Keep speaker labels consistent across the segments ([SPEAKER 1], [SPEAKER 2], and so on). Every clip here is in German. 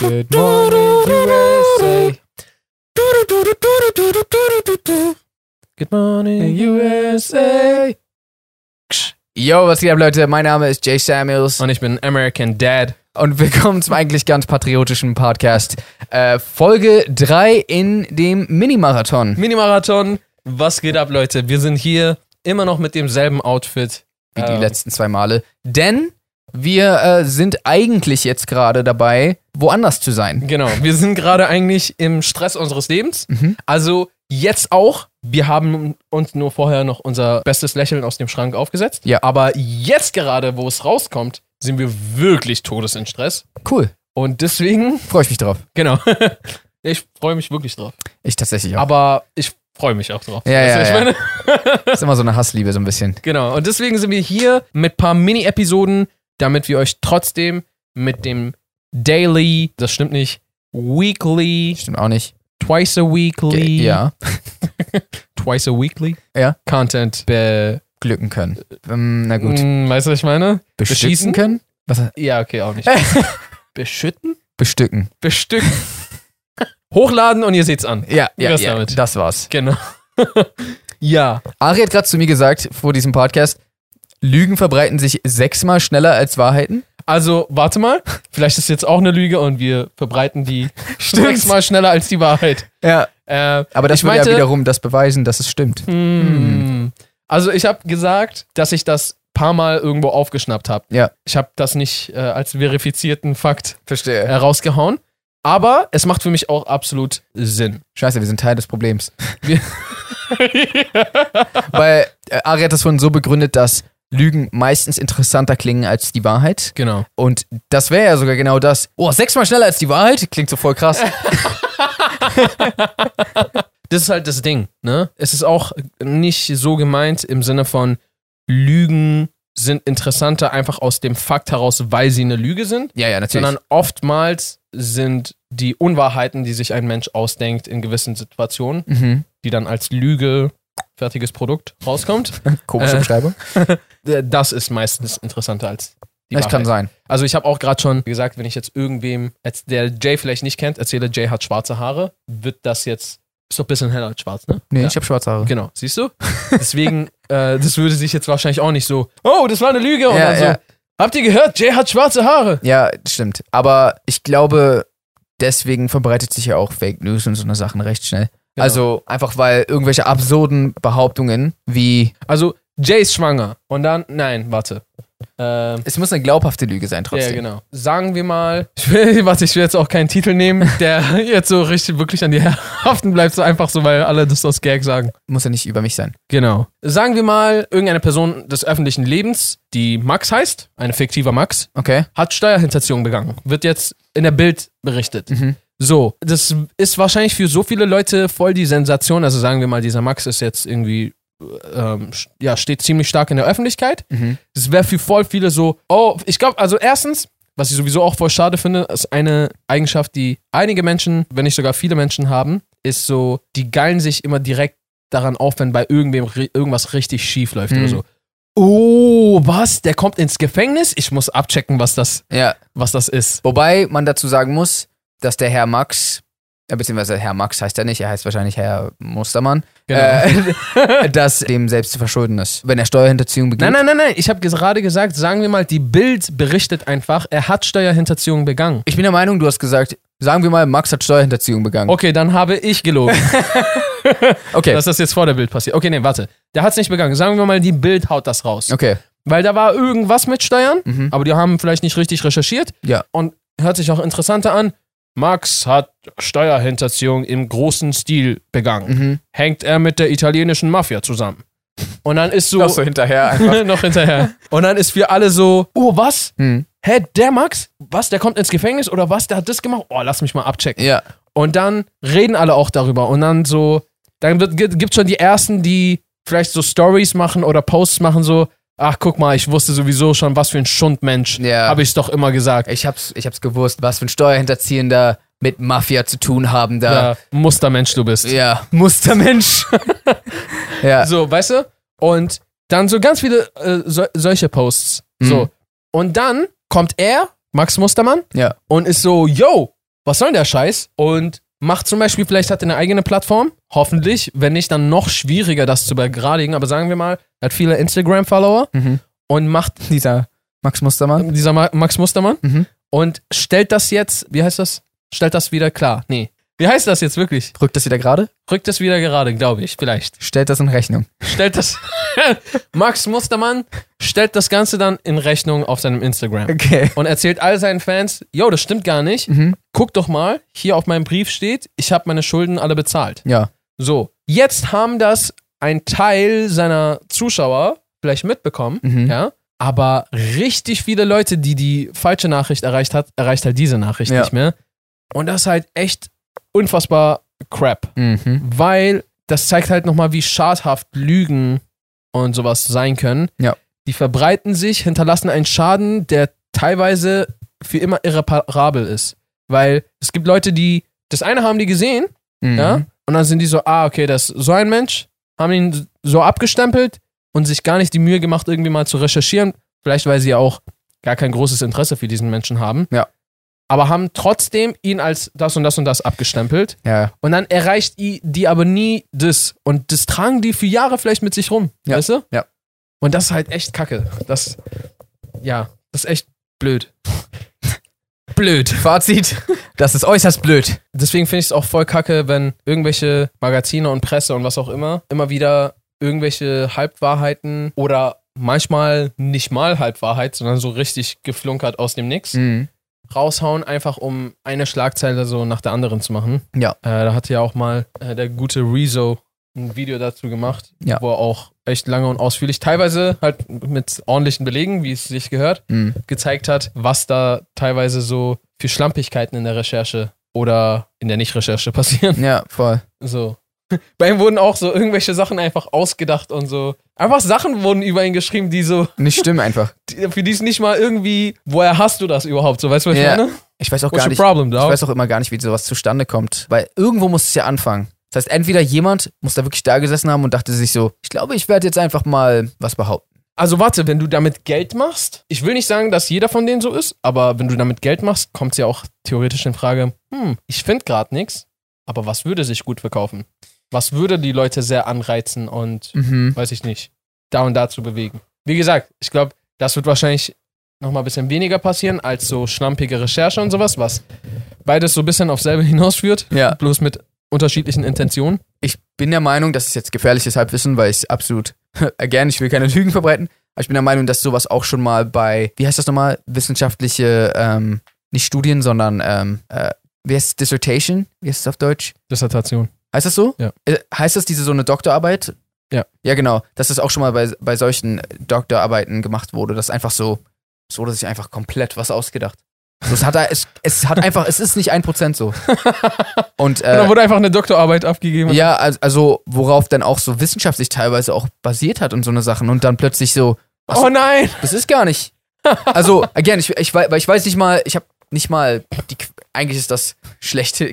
[SPEAKER 1] morning, USA.
[SPEAKER 2] Good morning,
[SPEAKER 1] USA. Yo, was geht ab, Leute? Mein Name ist Jay Samuels
[SPEAKER 2] Und ich bin American Dad.
[SPEAKER 1] und willkommen zum eigentlich ganz patriotischen Podcast. Äh, Folge 3 in dem Minimarathon.
[SPEAKER 2] Minimarathon. Was geht ab, Leute? Wir sind hier immer noch mit demselben Outfit.
[SPEAKER 1] wie die
[SPEAKER 2] Ähm,
[SPEAKER 1] letzten zwei Male. Denn wir äh, sind eigentlich jetzt gerade dabei, woanders zu sein.
[SPEAKER 2] Genau. Wir sind gerade eigentlich im Stress unseres Lebens.
[SPEAKER 1] Mhm.
[SPEAKER 2] Also jetzt auch. Wir haben uns nur vorher noch unser bestes Lächeln aus dem Schrank aufgesetzt.
[SPEAKER 1] Ja.
[SPEAKER 2] Aber jetzt gerade, wo es rauskommt, sind wir wirklich todes in Stress.
[SPEAKER 1] Cool,
[SPEAKER 2] Und deswegen,
[SPEAKER 1] freue ich mich drauf.
[SPEAKER 2] genau. ich freue mich wirklich drauf.
[SPEAKER 1] Ich tatsächlich auch.
[SPEAKER 2] Aber ich freue mich auch drauf.
[SPEAKER 1] Ja,
[SPEAKER 2] Weißt du,
[SPEAKER 1] ja,
[SPEAKER 2] was ich
[SPEAKER 1] ja.
[SPEAKER 2] meine?
[SPEAKER 1] ist immer so eine Hassliebe so ein bisschen.
[SPEAKER 2] Genau, und deswegen sind wir hier mit ein paar Mini-Episoden, damit wir euch trotzdem mit dem Daily, das stimmt nicht, Weekly,
[SPEAKER 1] Stimmt auch nicht.
[SPEAKER 2] Twice a Weekly,
[SPEAKER 1] Ja,
[SPEAKER 2] Twice a Weekly
[SPEAKER 1] Ja.
[SPEAKER 2] Content be,
[SPEAKER 1] glücken können. Ähm, na gut.
[SPEAKER 2] Mm, weißt du, was ich meine?
[SPEAKER 1] Bestücken
[SPEAKER 2] beschießen?
[SPEAKER 1] können? Was?
[SPEAKER 2] Ja, okay, auch nicht. Beschütten?
[SPEAKER 1] Bestücken.
[SPEAKER 2] Bestücken. Hochladen und ihr seht's an.
[SPEAKER 1] Ja, ja,
[SPEAKER 2] Was
[SPEAKER 1] ja.
[SPEAKER 2] damit?
[SPEAKER 1] Das war's.
[SPEAKER 2] Genau. ja.
[SPEAKER 1] Ari hat gerade zu mir gesagt vor diesem Podcast, Lügen verbreiten sich sechsmal schneller als Wahrheiten.
[SPEAKER 2] Also, warte mal. Vielleicht ist jetzt auch eine Lüge und wir verbreiten die
[SPEAKER 1] Stimmt.
[SPEAKER 2] sechsmal schneller als die Wahrheit.
[SPEAKER 1] Ja.
[SPEAKER 2] Äh,
[SPEAKER 1] Aber das
[SPEAKER 2] Ich
[SPEAKER 1] würde ja Hm.
[SPEAKER 2] meinte-
[SPEAKER 1] wiederum das beweisen, dass es stimmt.
[SPEAKER 2] Mm. Also ich habe gesagt, dass ich das paar Mal irgendwo aufgeschnappt habe.
[SPEAKER 1] Ja.
[SPEAKER 2] Ich habe das nicht äh, als verifizierten Fakt
[SPEAKER 1] Verstehe.
[SPEAKER 2] herausgehauen. Aber es macht für mich auch absolut Sinn.
[SPEAKER 1] Scheiße, wir sind Teil des Problems.
[SPEAKER 2] Wir-
[SPEAKER 1] Weil äh, Ari hat das vorhin so begründet, dass Lügen meistens interessanter klingen als die Wahrheit.
[SPEAKER 2] Genau.
[SPEAKER 1] Und das wäre ja sogar genau das. Oh, sechsmal schneller als die Wahrheit? Klingt so voll krass.
[SPEAKER 2] Das ist halt das Ding. Ne? Es ist auch nicht so gemeint im Sinne von Lügen sind interessanter einfach aus dem Fakt heraus, weil sie eine Lüge sind.
[SPEAKER 1] Ja, ja, natürlich.
[SPEAKER 2] sondern oftmals sind die Unwahrheiten, die sich ein Mensch ausdenkt in gewissen Situationen,
[SPEAKER 1] mhm.
[SPEAKER 2] die dann als Lüge fertiges Produkt rauskommt.
[SPEAKER 1] Komische
[SPEAKER 2] Äh,
[SPEAKER 1] Beschreibung.
[SPEAKER 2] Das ist meistens interessanter als die
[SPEAKER 1] Das
[SPEAKER 2] Wahrheit.
[SPEAKER 1] kann sein.
[SPEAKER 2] Also ich habe auch gerade schon gesagt, wenn ich jetzt irgendwem, als der Jay vielleicht nicht kennt, erzähle, Jay hat schwarze Haare, wird das jetzt ist doch ein bisschen heller als schwarz, ne?
[SPEAKER 1] Nee,
[SPEAKER 2] Ja.
[SPEAKER 1] ich habe schwarze Haare.
[SPEAKER 2] Genau, siehst du? Deswegen, äh, das würde sich jetzt wahrscheinlich auch nicht so, oh, das war eine Lüge und
[SPEAKER 1] Ja,
[SPEAKER 2] dann so,
[SPEAKER 1] ja.
[SPEAKER 2] habt ihr gehört, Jay hat schwarze Haare.
[SPEAKER 1] Ja, stimmt. Aber ich glaube, deswegen verbreitet sich ja auch Fake News und so eine Sachen recht schnell.
[SPEAKER 2] Genau.
[SPEAKER 1] Also einfach weil irgendwelche absurden Behauptungen wie,
[SPEAKER 2] Also Jay ist schwanger und dann, nein, warte. Ähm,
[SPEAKER 1] es muss eine glaubhafte Lüge sein trotzdem.
[SPEAKER 2] Ja, genau. Sagen wir mal, ich will, warte, ich will jetzt auch keinen Titel nehmen, der jetzt so richtig wirklich an dir haften bleibt, so einfach so, weil alle das aus Gag sagen.
[SPEAKER 1] Muss ja nicht über mich sein.
[SPEAKER 2] Genau. Sagen wir mal, irgendeine Person des öffentlichen Lebens, die Max heißt, eine fiktive Max,
[SPEAKER 1] Okay.
[SPEAKER 2] hat Steuerhinterziehung begangen. Wird jetzt in der Bild berichtet.
[SPEAKER 1] Mhm.
[SPEAKER 2] So, das ist wahrscheinlich für so viele Leute voll die Sensation. Also sagen wir mal, dieser Max ist jetzt irgendwie, ähm, sch- ja, steht ziemlich stark in der Öffentlichkeit.
[SPEAKER 1] Mhm.
[SPEAKER 2] Es wäre für voll viele so, oh, ich glaube, also erstens, was ich sowieso auch voll schade finde, ist eine Eigenschaft, die einige Menschen, wenn nicht sogar viele Menschen haben, ist so, die geilen sich immer direkt daran auf, wenn bei irgendwem ri- irgendwas richtig schief läuft
[SPEAKER 1] Mhm.
[SPEAKER 2] oder so. Oh, was? Der kommt ins Gefängnis? Ich muss abchecken, was das,
[SPEAKER 1] Ja.
[SPEAKER 2] was das ist.
[SPEAKER 1] Wobei man dazu sagen muss, dass der Herr Max, äh, beziehungsweise Herr Max heißt er nicht, er heißt wahrscheinlich Herr Mustermann,
[SPEAKER 2] Genau.
[SPEAKER 1] äh, dass dem selbst zu verschulden ist, wenn er Steuerhinterziehung begeht.
[SPEAKER 2] Nein, nein, nein, nein. Ich habe gerade gesagt, sagen wir mal, die Bild berichtet einfach, er hat Steuerhinterziehung begangen.
[SPEAKER 1] Ich bin der Meinung, du hast gesagt, sagen wir mal, Max hat Steuerhinterziehung begangen.
[SPEAKER 2] Okay, dann habe ich gelogen,
[SPEAKER 1] Okay.
[SPEAKER 2] dass das jetzt vor der Bild passiert. Okay, nee, warte. Der hat es nicht begangen. Sagen wir mal, die Bild haut das raus.
[SPEAKER 1] Okay.
[SPEAKER 2] Weil da war irgendwas mit Steuern,
[SPEAKER 1] Mhm.
[SPEAKER 2] aber die haben vielleicht nicht richtig recherchiert.
[SPEAKER 1] Ja.
[SPEAKER 2] Und hört sich auch interessanter an. Max hat Steuerhinterziehung im großen Stil begangen.
[SPEAKER 1] Mhm.
[SPEAKER 2] Hängt er mit der italienischen Mafia zusammen. Und dann ist so,
[SPEAKER 1] hinterher
[SPEAKER 2] noch hinterher. Und dann ist für alle so, oh, was?
[SPEAKER 1] Hm.
[SPEAKER 2] Hä, der Max? Was? Der kommt ins Gefängnis oder was? Der hat das gemacht? Oh, lass mich mal abchecken.
[SPEAKER 1] Ja.
[SPEAKER 2] Und dann reden alle auch darüber. Und dann so, dann wird, gibt schon die ersten, die vielleicht so Stories machen oder Posts machen, so, ach guck mal, ich wusste sowieso schon, was für ein Schundmensch.
[SPEAKER 1] Ja.
[SPEAKER 2] Habe ich doch immer gesagt.
[SPEAKER 1] Ich hab's, ich hab's gewusst, was für ein Steuerhinterziehender mit Mafia zu tun haben da.
[SPEAKER 2] Ja, Mustermensch du bist.
[SPEAKER 1] Ja. Mustermensch. ja.
[SPEAKER 2] So, weißt du? Und dann so ganz viele äh, sol- solche Posts.
[SPEAKER 1] Mhm.
[SPEAKER 2] So. Und dann kommt er, Max Mustermann,
[SPEAKER 1] Ja.
[SPEAKER 2] und ist so, yo, was soll denn der Scheiß? Und macht zum Beispiel, vielleicht hat er eine eigene Plattform, hoffentlich, wenn nicht, dann noch schwieriger, das zu begradigen, aber sagen wir mal, er hat viele Instagram-Follower
[SPEAKER 1] Mhm.
[SPEAKER 2] und macht
[SPEAKER 1] Dieser Max Mustermann.
[SPEAKER 2] dieser Ma Max Mustermann
[SPEAKER 1] Mhm.
[SPEAKER 2] und stellt das jetzt, wie heißt das? Stellt das wieder klar. Nee. Wie heißt das jetzt wirklich?
[SPEAKER 1] Rückt das wieder gerade?
[SPEAKER 2] Rückt es wieder gerade, glaube ich, vielleicht.
[SPEAKER 1] Stellt das in Rechnung.
[SPEAKER 2] Stellt das. Max Mustermann stellt das Ganze dann in Rechnung auf seinem Instagram.
[SPEAKER 1] Okay.
[SPEAKER 2] und erzählt all seinen Fans, yo, das stimmt gar nicht.
[SPEAKER 1] Mhm.
[SPEAKER 2] Guck doch mal, hier auf meinem Brief steht, ich habe meine Schulden alle bezahlt.
[SPEAKER 1] Ja.
[SPEAKER 2] So, jetzt haben das ein Teil seiner Zuschauer vielleicht mitbekommen,
[SPEAKER 1] Mhm.
[SPEAKER 2] ja. Aber richtig viele Leute, die die falsche Nachricht erreicht hat, erreicht halt diese Nachricht
[SPEAKER 1] Ja.
[SPEAKER 2] nicht mehr. Und das ist halt echt unfassbar crap,
[SPEAKER 1] Mhm.
[SPEAKER 2] weil das zeigt halt nochmal, wie schadhaft Lügen und sowas sein können.
[SPEAKER 1] Ja.
[SPEAKER 2] Die verbreiten sich, hinterlassen einen Schaden, der teilweise für immer irreparabel ist. Weil es gibt Leute, die, das eine haben die gesehen,
[SPEAKER 1] Mhm.
[SPEAKER 2] ja, und dann sind die so, ah, okay, das ist so ein Mensch, haben ihn so abgestempelt und sich gar nicht die Mühe gemacht, irgendwie mal zu recherchieren. Vielleicht, weil sie ja auch gar kein großes Interesse für diesen Menschen haben.
[SPEAKER 1] Ja.
[SPEAKER 2] Aber haben trotzdem ihn als das und das und das abgestempelt.
[SPEAKER 1] Ja.
[SPEAKER 2] Und dann erreicht i- die aber nie das. Und das tragen die für Jahre vielleicht mit sich rum.
[SPEAKER 1] Ja.
[SPEAKER 2] Weißt du?
[SPEAKER 1] Ja.
[SPEAKER 2] Und das ist halt echt kacke. Das, ja, das ist echt blöd. blöd.
[SPEAKER 1] Fazit. Das ist äußerst blöd.
[SPEAKER 2] Deswegen finde ich es auch voll kacke, wenn irgendwelche Magazine und Presse und was auch immer immer wieder irgendwelche Halbwahrheiten oder manchmal nicht mal Halbwahrheit, sondern so richtig geflunkert aus dem Nix
[SPEAKER 1] Mhm.
[SPEAKER 2] raushauen, einfach um eine Schlagzeile so nach der anderen zu machen.
[SPEAKER 1] Ja.
[SPEAKER 2] Äh, da hatte ja auch mal äh, der gute Rezo ein Video dazu gemacht,
[SPEAKER 1] Ja.
[SPEAKER 2] wo er auch echt lange und ausführlich, teilweise halt mit ordentlichen Belegen, wie es sich gehört,
[SPEAKER 1] Mhm.
[SPEAKER 2] gezeigt hat, was da teilweise so für Schlampigkeiten in der Recherche oder in der Nicht-Recherche passieren.
[SPEAKER 1] Ja, voll.
[SPEAKER 2] So. Bei ihm wurden auch so irgendwelche Sachen einfach ausgedacht und so. Einfach Sachen wurden über ihn geschrieben, die so,
[SPEAKER 1] Nicht stimmen einfach.
[SPEAKER 2] die, für die es nicht mal irgendwie, woher hast du das überhaupt? So, weißt du, was
[SPEAKER 1] Ja.
[SPEAKER 2] ich meine?
[SPEAKER 1] Ich weiß auch
[SPEAKER 2] What's
[SPEAKER 1] gar
[SPEAKER 2] your
[SPEAKER 1] nicht.
[SPEAKER 2] problem,
[SPEAKER 1] Ich
[SPEAKER 2] dog?
[SPEAKER 1] weiß auch immer gar nicht, wie sowas zustande kommt. Weil irgendwo muss es ja anfangen. Das heißt, entweder jemand muss da wirklich da gesessen haben und dachte sich so, ich glaube, ich werde jetzt einfach mal was behaupten.
[SPEAKER 2] Also warte, wenn du damit Geld machst, ich will nicht sagen, dass jeder von denen so ist, aber wenn du damit Geld machst, kommt es ja auch theoretisch in Frage, hm, ich finde gerade nichts, aber was würde sich gut verkaufen? Was würde die Leute sehr anreizen und
[SPEAKER 1] Mhm.
[SPEAKER 2] weiß ich nicht, da und da zu bewegen? Wie gesagt, ich glaube, das wird wahrscheinlich nochmal ein bisschen weniger passieren als so schlampige Recherche und sowas, was beides so ein bisschen auf selbe hinausführt,
[SPEAKER 1] Ja.
[SPEAKER 2] bloß mit unterschiedlichen Intentionen.
[SPEAKER 1] Ich bin der Meinung, das ist jetzt gefährliches Halbwissen, weil ich absolut, again, ich will keine Lügen verbreiten, aber ich bin der Meinung, dass sowas auch schon mal bei, wie heißt das nochmal, wissenschaftliche, ähm, nicht Studien, sondern, ähm, äh, wie heißt es, Dissertation? Wie heißt es auf Deutsch?
[SPEAKER 2] Dissertation.
[SPEAKER 1] Heißt das so?
[SPEAKER 2] Ja.
[SPEAKER 1] Äh, Heißt das diese so eine Doktorarbeit?
[SPEAKER 2] Ja.
[SPEAKER 1] Ja, genau. Dass das auch schon mal bei, bei solchen Doktorarbeiten gemacht wurde. Das ist einfach so, es wurde sich einfach komplett was ausgedacht. So, es, hat, da- es, es hat einfach, es ist nicht ein Prozent so. Und,
[SPEAKER 2] Und dann
[SPEAKER 1] äh,
[SPEAKER 2] Genau, wurde einfach eine Doktorarbeit abgegeben.
[SPEAKER 1] ja, al- also worauf dann auch so wissenschaftlich teilweise auch basiert hat und so eine Sachen und dann plötzlich so, was-
[SPEAKER 2] Oh nein!
[SPEAKER 1] das ist gar nicht. Also, again, ich, ich, wei- weil ich weiß nicht mal, ich habe nicht mal, die, Qu- eigentlich ist das schlechte,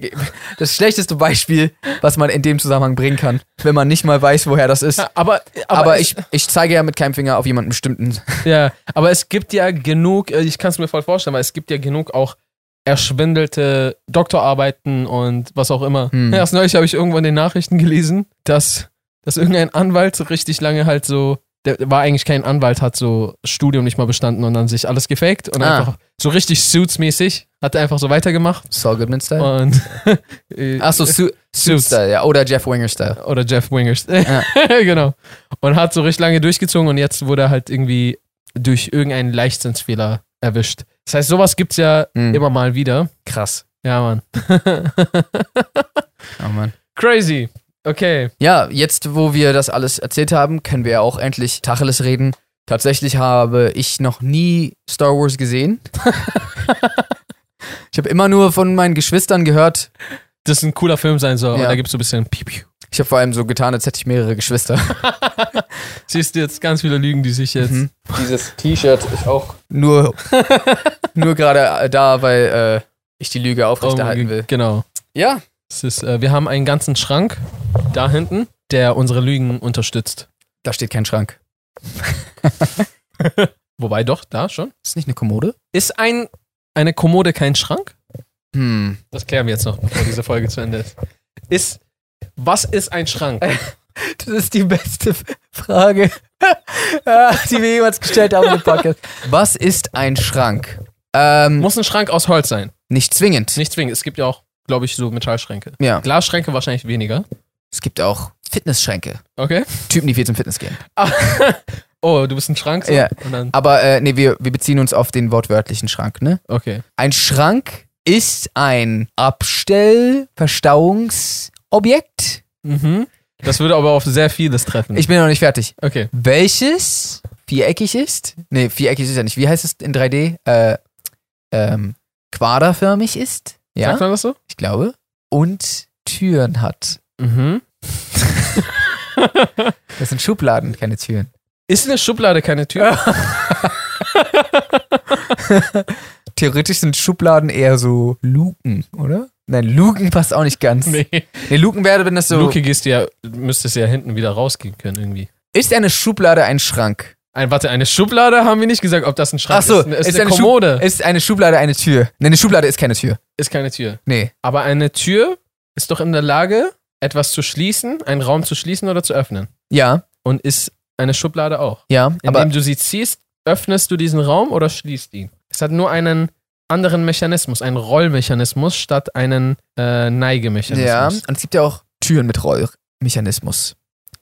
[SPEAKER 1] das schlechteste Beispiel, was man in dem Zusammenhang bringen kann, wenn man nicht mal weiß, woher das ist.
[SPEAKER 2] Aber, aber,
[SPEAKER 1] Aber,
[SPEAKER 2] es-
[SPEAKER 1] ich, ich zeige ja mit keinem Finger auf jemanden bestimmten.
[SPEAKER 2] Ja, aber es gibt ja genug, äh, ich kann es mir voll vorstellen, weil es gibt ja genug auch erschwindelte Doktorarbeiten und was auch immer.
[SPEAKER 1] Hm.
[SPEAKER 2] Ja, Erst neulich habe ich irgendwo in den Nachrichten gelesen, dass, dass irgendein Anwalt so richtig lange halt so, der war eigentlich kein Anwalt, hat so Studium nicht mal bestanden und dann sich alles gefaked und
[SPEAKER 1] Ah.
[SPEAKER 2] einfach so richtig Suits-mäßig hat er einfach so weitergemacht
[SPEAKER 1] Saul Goodman-Style?
[SPEAKER 2] und äh,
[SPEAKER 1] Achso, Su
[SPEAKER 2] Suits.
[SPEAKER 1] Suits-Style, ja. Oder Jeff Winger-Style.
[SPEAKER 2] oder Jeff Wingers. genau. Und hat so richtig lange durchgezogen und jetzt wurde er halt irgendwie durch irgendeinen Leichtsinnsfehler erwischt. Das heißt, sowas gibt's ja
[SPEAKER 1] Mhm.
[SPEAKER 2] immer mal wieder.
[SPEAKER 1] Krass.
[SPEAKER 2] Ja, Mann.
[SPEAKER 1] Oh Mann.
[SPEAKER 2] Crazy. Okay.
[SPEAKER 1] Ja, jetzt, wo wir das alles erzählt haben, können wir ja auch endlich Tacheles reden. Tatsächlich habe ich noch nie Star Wars gesehen. ich habe immer nur von meinen Geschwistern gehört.
[SPEAKER 2] Das ist ein cooler Film sein soll. Und
[SPEAKER 1] Ja.
[SPEAKER 2] da gibt's so ein bisschen Piu Piu.
[SPEAKER 1] Ich habe vor allem so getan, als hätte ich mehrere Geschwister.
[SPEAKER 2] Siehst du jetzt ganz viele Lügen, die sich jetzt. Oh
[SPEAKER 1] Mhm. Dieses T-Shirt ist auch nur, nur gerade da, weil äh, ich die Lüge aufrechterhalten
[SPEAKER 2] mein
[SPEAKER 1] will.
[SPEAKER 2] Gott. Genau.
[SPEAKER 1] Ja,
[SPEAKER 2] Es ist, äh, wir haben einen ganzen Schrank da hinten, der unsere Lügen unterstützt.
[SPEAKER 1] da steht kein Schrank.
[SPEAKER 2] Wobei doch, da schon.
[SPEAKER 1] Ist nicht eine Kommode?
[SPEAKER 2] Ist ein, eine Kommode kein Schrank?
[SPEAKER 1] Hm.
[SPEAKER 2] Das klären wir jetzt noch, bevor diese Folge zu Ende ist. Ist, was ist ein Schrank?
[SPEAKER 1] Das ist die beste Frage, die wir jemals gestellt haben im Podcast. Was ist ein Schrank? Ähm,
[SPEAKER 2] Muss ein Schrank aus Holz sein.
[SPEAKER 1] nicht zwingend.
[SPEAKER 2] Nicht zwingend. Es gibt ja auch, glaube ich, so Metallschränke.
[SPEAKER 1] Ja.
[SPEAKER 2] Glasschränke wahrscheinlich weniger.
[SPEAKER 1] Es gibt auch Fitnessschränke.
[SPEAKER 2] Okay.
[SPEAKER 1] Typen, die viel zum Fitness gehen.
[SPEAKER 2] Oh, du bist ein Schrank? So.
[SPEAKER 1] Ja.
[SPEAKER 2] Und dann,
[SPEAKER 1] Aber äh, nee, wir, wir beziehen uns auf den wortwörtlichen Schrank, ne?
[SPEAKER 2] okay.
[SPEAKER 1] Ein Schrank ist ein Abstell-Verstauungsobjekt.
[SPEAKER 2] Mhm. Das würde aber auf sehr vieles treffen.
[SPEAKER 1] Ich bin noch nicht fertig.
[SPEAKER 2] okay.
[SPEAKER 1] Welches viereckig ist? Nee, viereckig ist ja nicht. Wie heißt es in 3D? Äh, ähm, quaderförmig ist? Ja,
[SPEAKER 2] Sagt man das so?
[SPEAKER 1] ich glaube. Und Türen hat.
[SPEAKER 2] Mhm.
[SPEAKER 1] Das sind Schubladen, keine Türen.
[SPEAKER 2] Ist eine Schublade keine Tür?
[SPEAKER 1] Theoretisch sind Schubladen eher so Luken, oder? Nein, Luken passt auch nicht ganz. Nee, Luken wäre, wenn das so.
[SPEAKER 2] Luke gehst du ja, müsstest ja hinten wieder rausgehen können irgendwie.
[SPEAKER 1] Ist eine Schublade ein Schrank?
[SPEAKER 2] Ein, warte, eine Schublade haben wir nicht gesagt, ob das ein Schrank
[SPEAKER 1] Ach so,
[SPEAKER 2] ist. Eine- Ist,
[SPEAKER 1] ist
[SPEAKER 2] eine,
[SPEAKER 1] eine Schub-
[SPEAKER 2] Kommode.
[SPEAKER 1] Ist eine Schublade eine Tür? Nein, eine Schublade ist keine Tür.
[SPEAKER 2] ist keine Tür.
[SPEAKER 1] Nee.
[SPEAKER 2] Aber eine Tür ist doch in der Lage, etwas zu schließen, einen Raum zu schließen oder zu öffnen.
[SPEAKER 1] Ja,
[SPEAKER 2] Und ist eine Schublade auch.
[SPEAKER 1] ja.
[SPEAKER 2] Indem
[SPEAKER 1] aber
[SPEAKER 2] du sie ziehst, öffnest du diesen Raum oder schließt ihn. Es hat nur einen anderen Mechanismus, einen Rollmechanismus statt einen äh,
[SPEAKER 1] ja,
[SPEAKER 2] Neigemechanismus.
[SPEAKER 1] und es gibt ja auch Türen mit Rollmechanismus.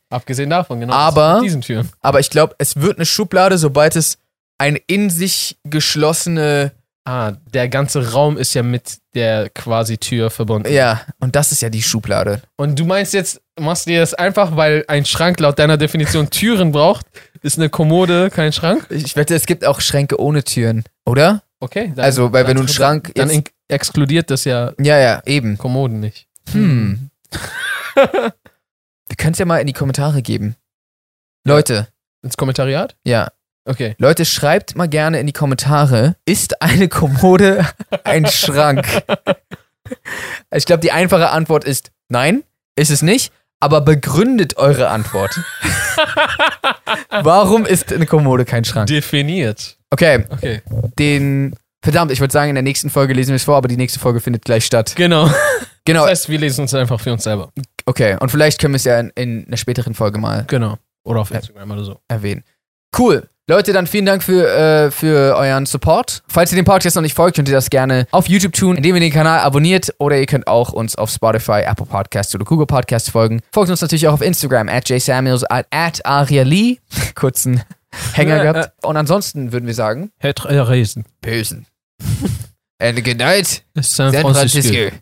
[SPEAKER 2] Abgesehen davon, genau.
[SPEAKER 1] Aber-
[SPEAKER 2] mit diesen Türen.
[SPEAKER 1] Aber ich glaube, es wird eine Schublade, sobald es eine in sich geschlossene.
[SPEAKER 2] Ah, der ganze Raum ist ja mit der quasi Tür verbunden.
[SPEAKER 1] Ja, und das ist ja die Schublade.
[SPEAKER 2] Und du meinst jetzt, machst dir das einfach, weil ein Schrank laut deiner Definition Türen braucht? Ist eine Kommode kein Schrank?
[SPEAKER 1] Ich wette, es gibt auch Schränke ohne Türen, oder?
[SPEAKER 2] Okay. Dann,
[SPEAKER 1] also, weil wenn du
[SPEAKER 2] dann-
[SPEAKER 1] einen Schrank.
[SPEAKER 2] Dann
[SPEAKER 1] jetzt-
[SPEAKER 2] in- exkludiert das ja
[SPEAKER 1] ja, ja, eben.
[SPEAKER 2] Kommoden nicht.
[SPEAKER 1] Hm. Wir können es ja mal in die Kommentare geben. Leute,
[SPEAKER 2] Ins Kommentariat?
[SPEAKER 1] ja,
[SPEAKER 2] Okay.
[SPEAKER 1] Leute, schreibt mal gerne in die Kommentare, ist eine Kommode ein Schrank? Ich glaube, die einfache Antwort ist nein, ist es nicht, aber begründet eure Antwort. Warum ist eine Kommode kein Schrank?
[SPEAKER 2] Definiert.
[SPEAKER 1] Okay,
[SPEAKER 2] Okay.
[SPEAKER 1] den. Verdammt, ich würde sagen, in der nächsten Folge lesen wir es vor, aber die nächste Folge findet gleich statt.
[SPEAKER 2] Genau.
[SPEAKER 1] Genau,
[SPEAKER 2] Das heißt, wir lesen uns einfach für uns selber.
[SPEAKER 1] okay. Und vielleicht können wir es ja in, in einer späteren Folge mal
[SPEAKER 2] Genau. Oder auf Instagram oder so.
[SPEAKER 1] erwähnen. Cool. Leute, dann vielen Dank für, äh, für euren Support. Falls ihr dem Podcast noch nicht folgt, könnt ihr das gerne auf YouTube tun, indem ihr den Kanal abonniert oder ihr könnt auch uns auf Spotify, Apple Podcasts oder Google Podcasts folgen. Folgt uns natürlich auch auf Instagram, at jsamuels, at, at Aria Lee. Kurzen Hänger gehabt. Und ansonsten würden wir sagen,
[SPEAKER 2] Herr Reisen.
[SPEAKER 1] Bösen. And good night,
[SPEAKER 2] San
[SPEAKER 1] San
[SPEAKER 2] Francisco.
[SPEAKER 1] Francisco.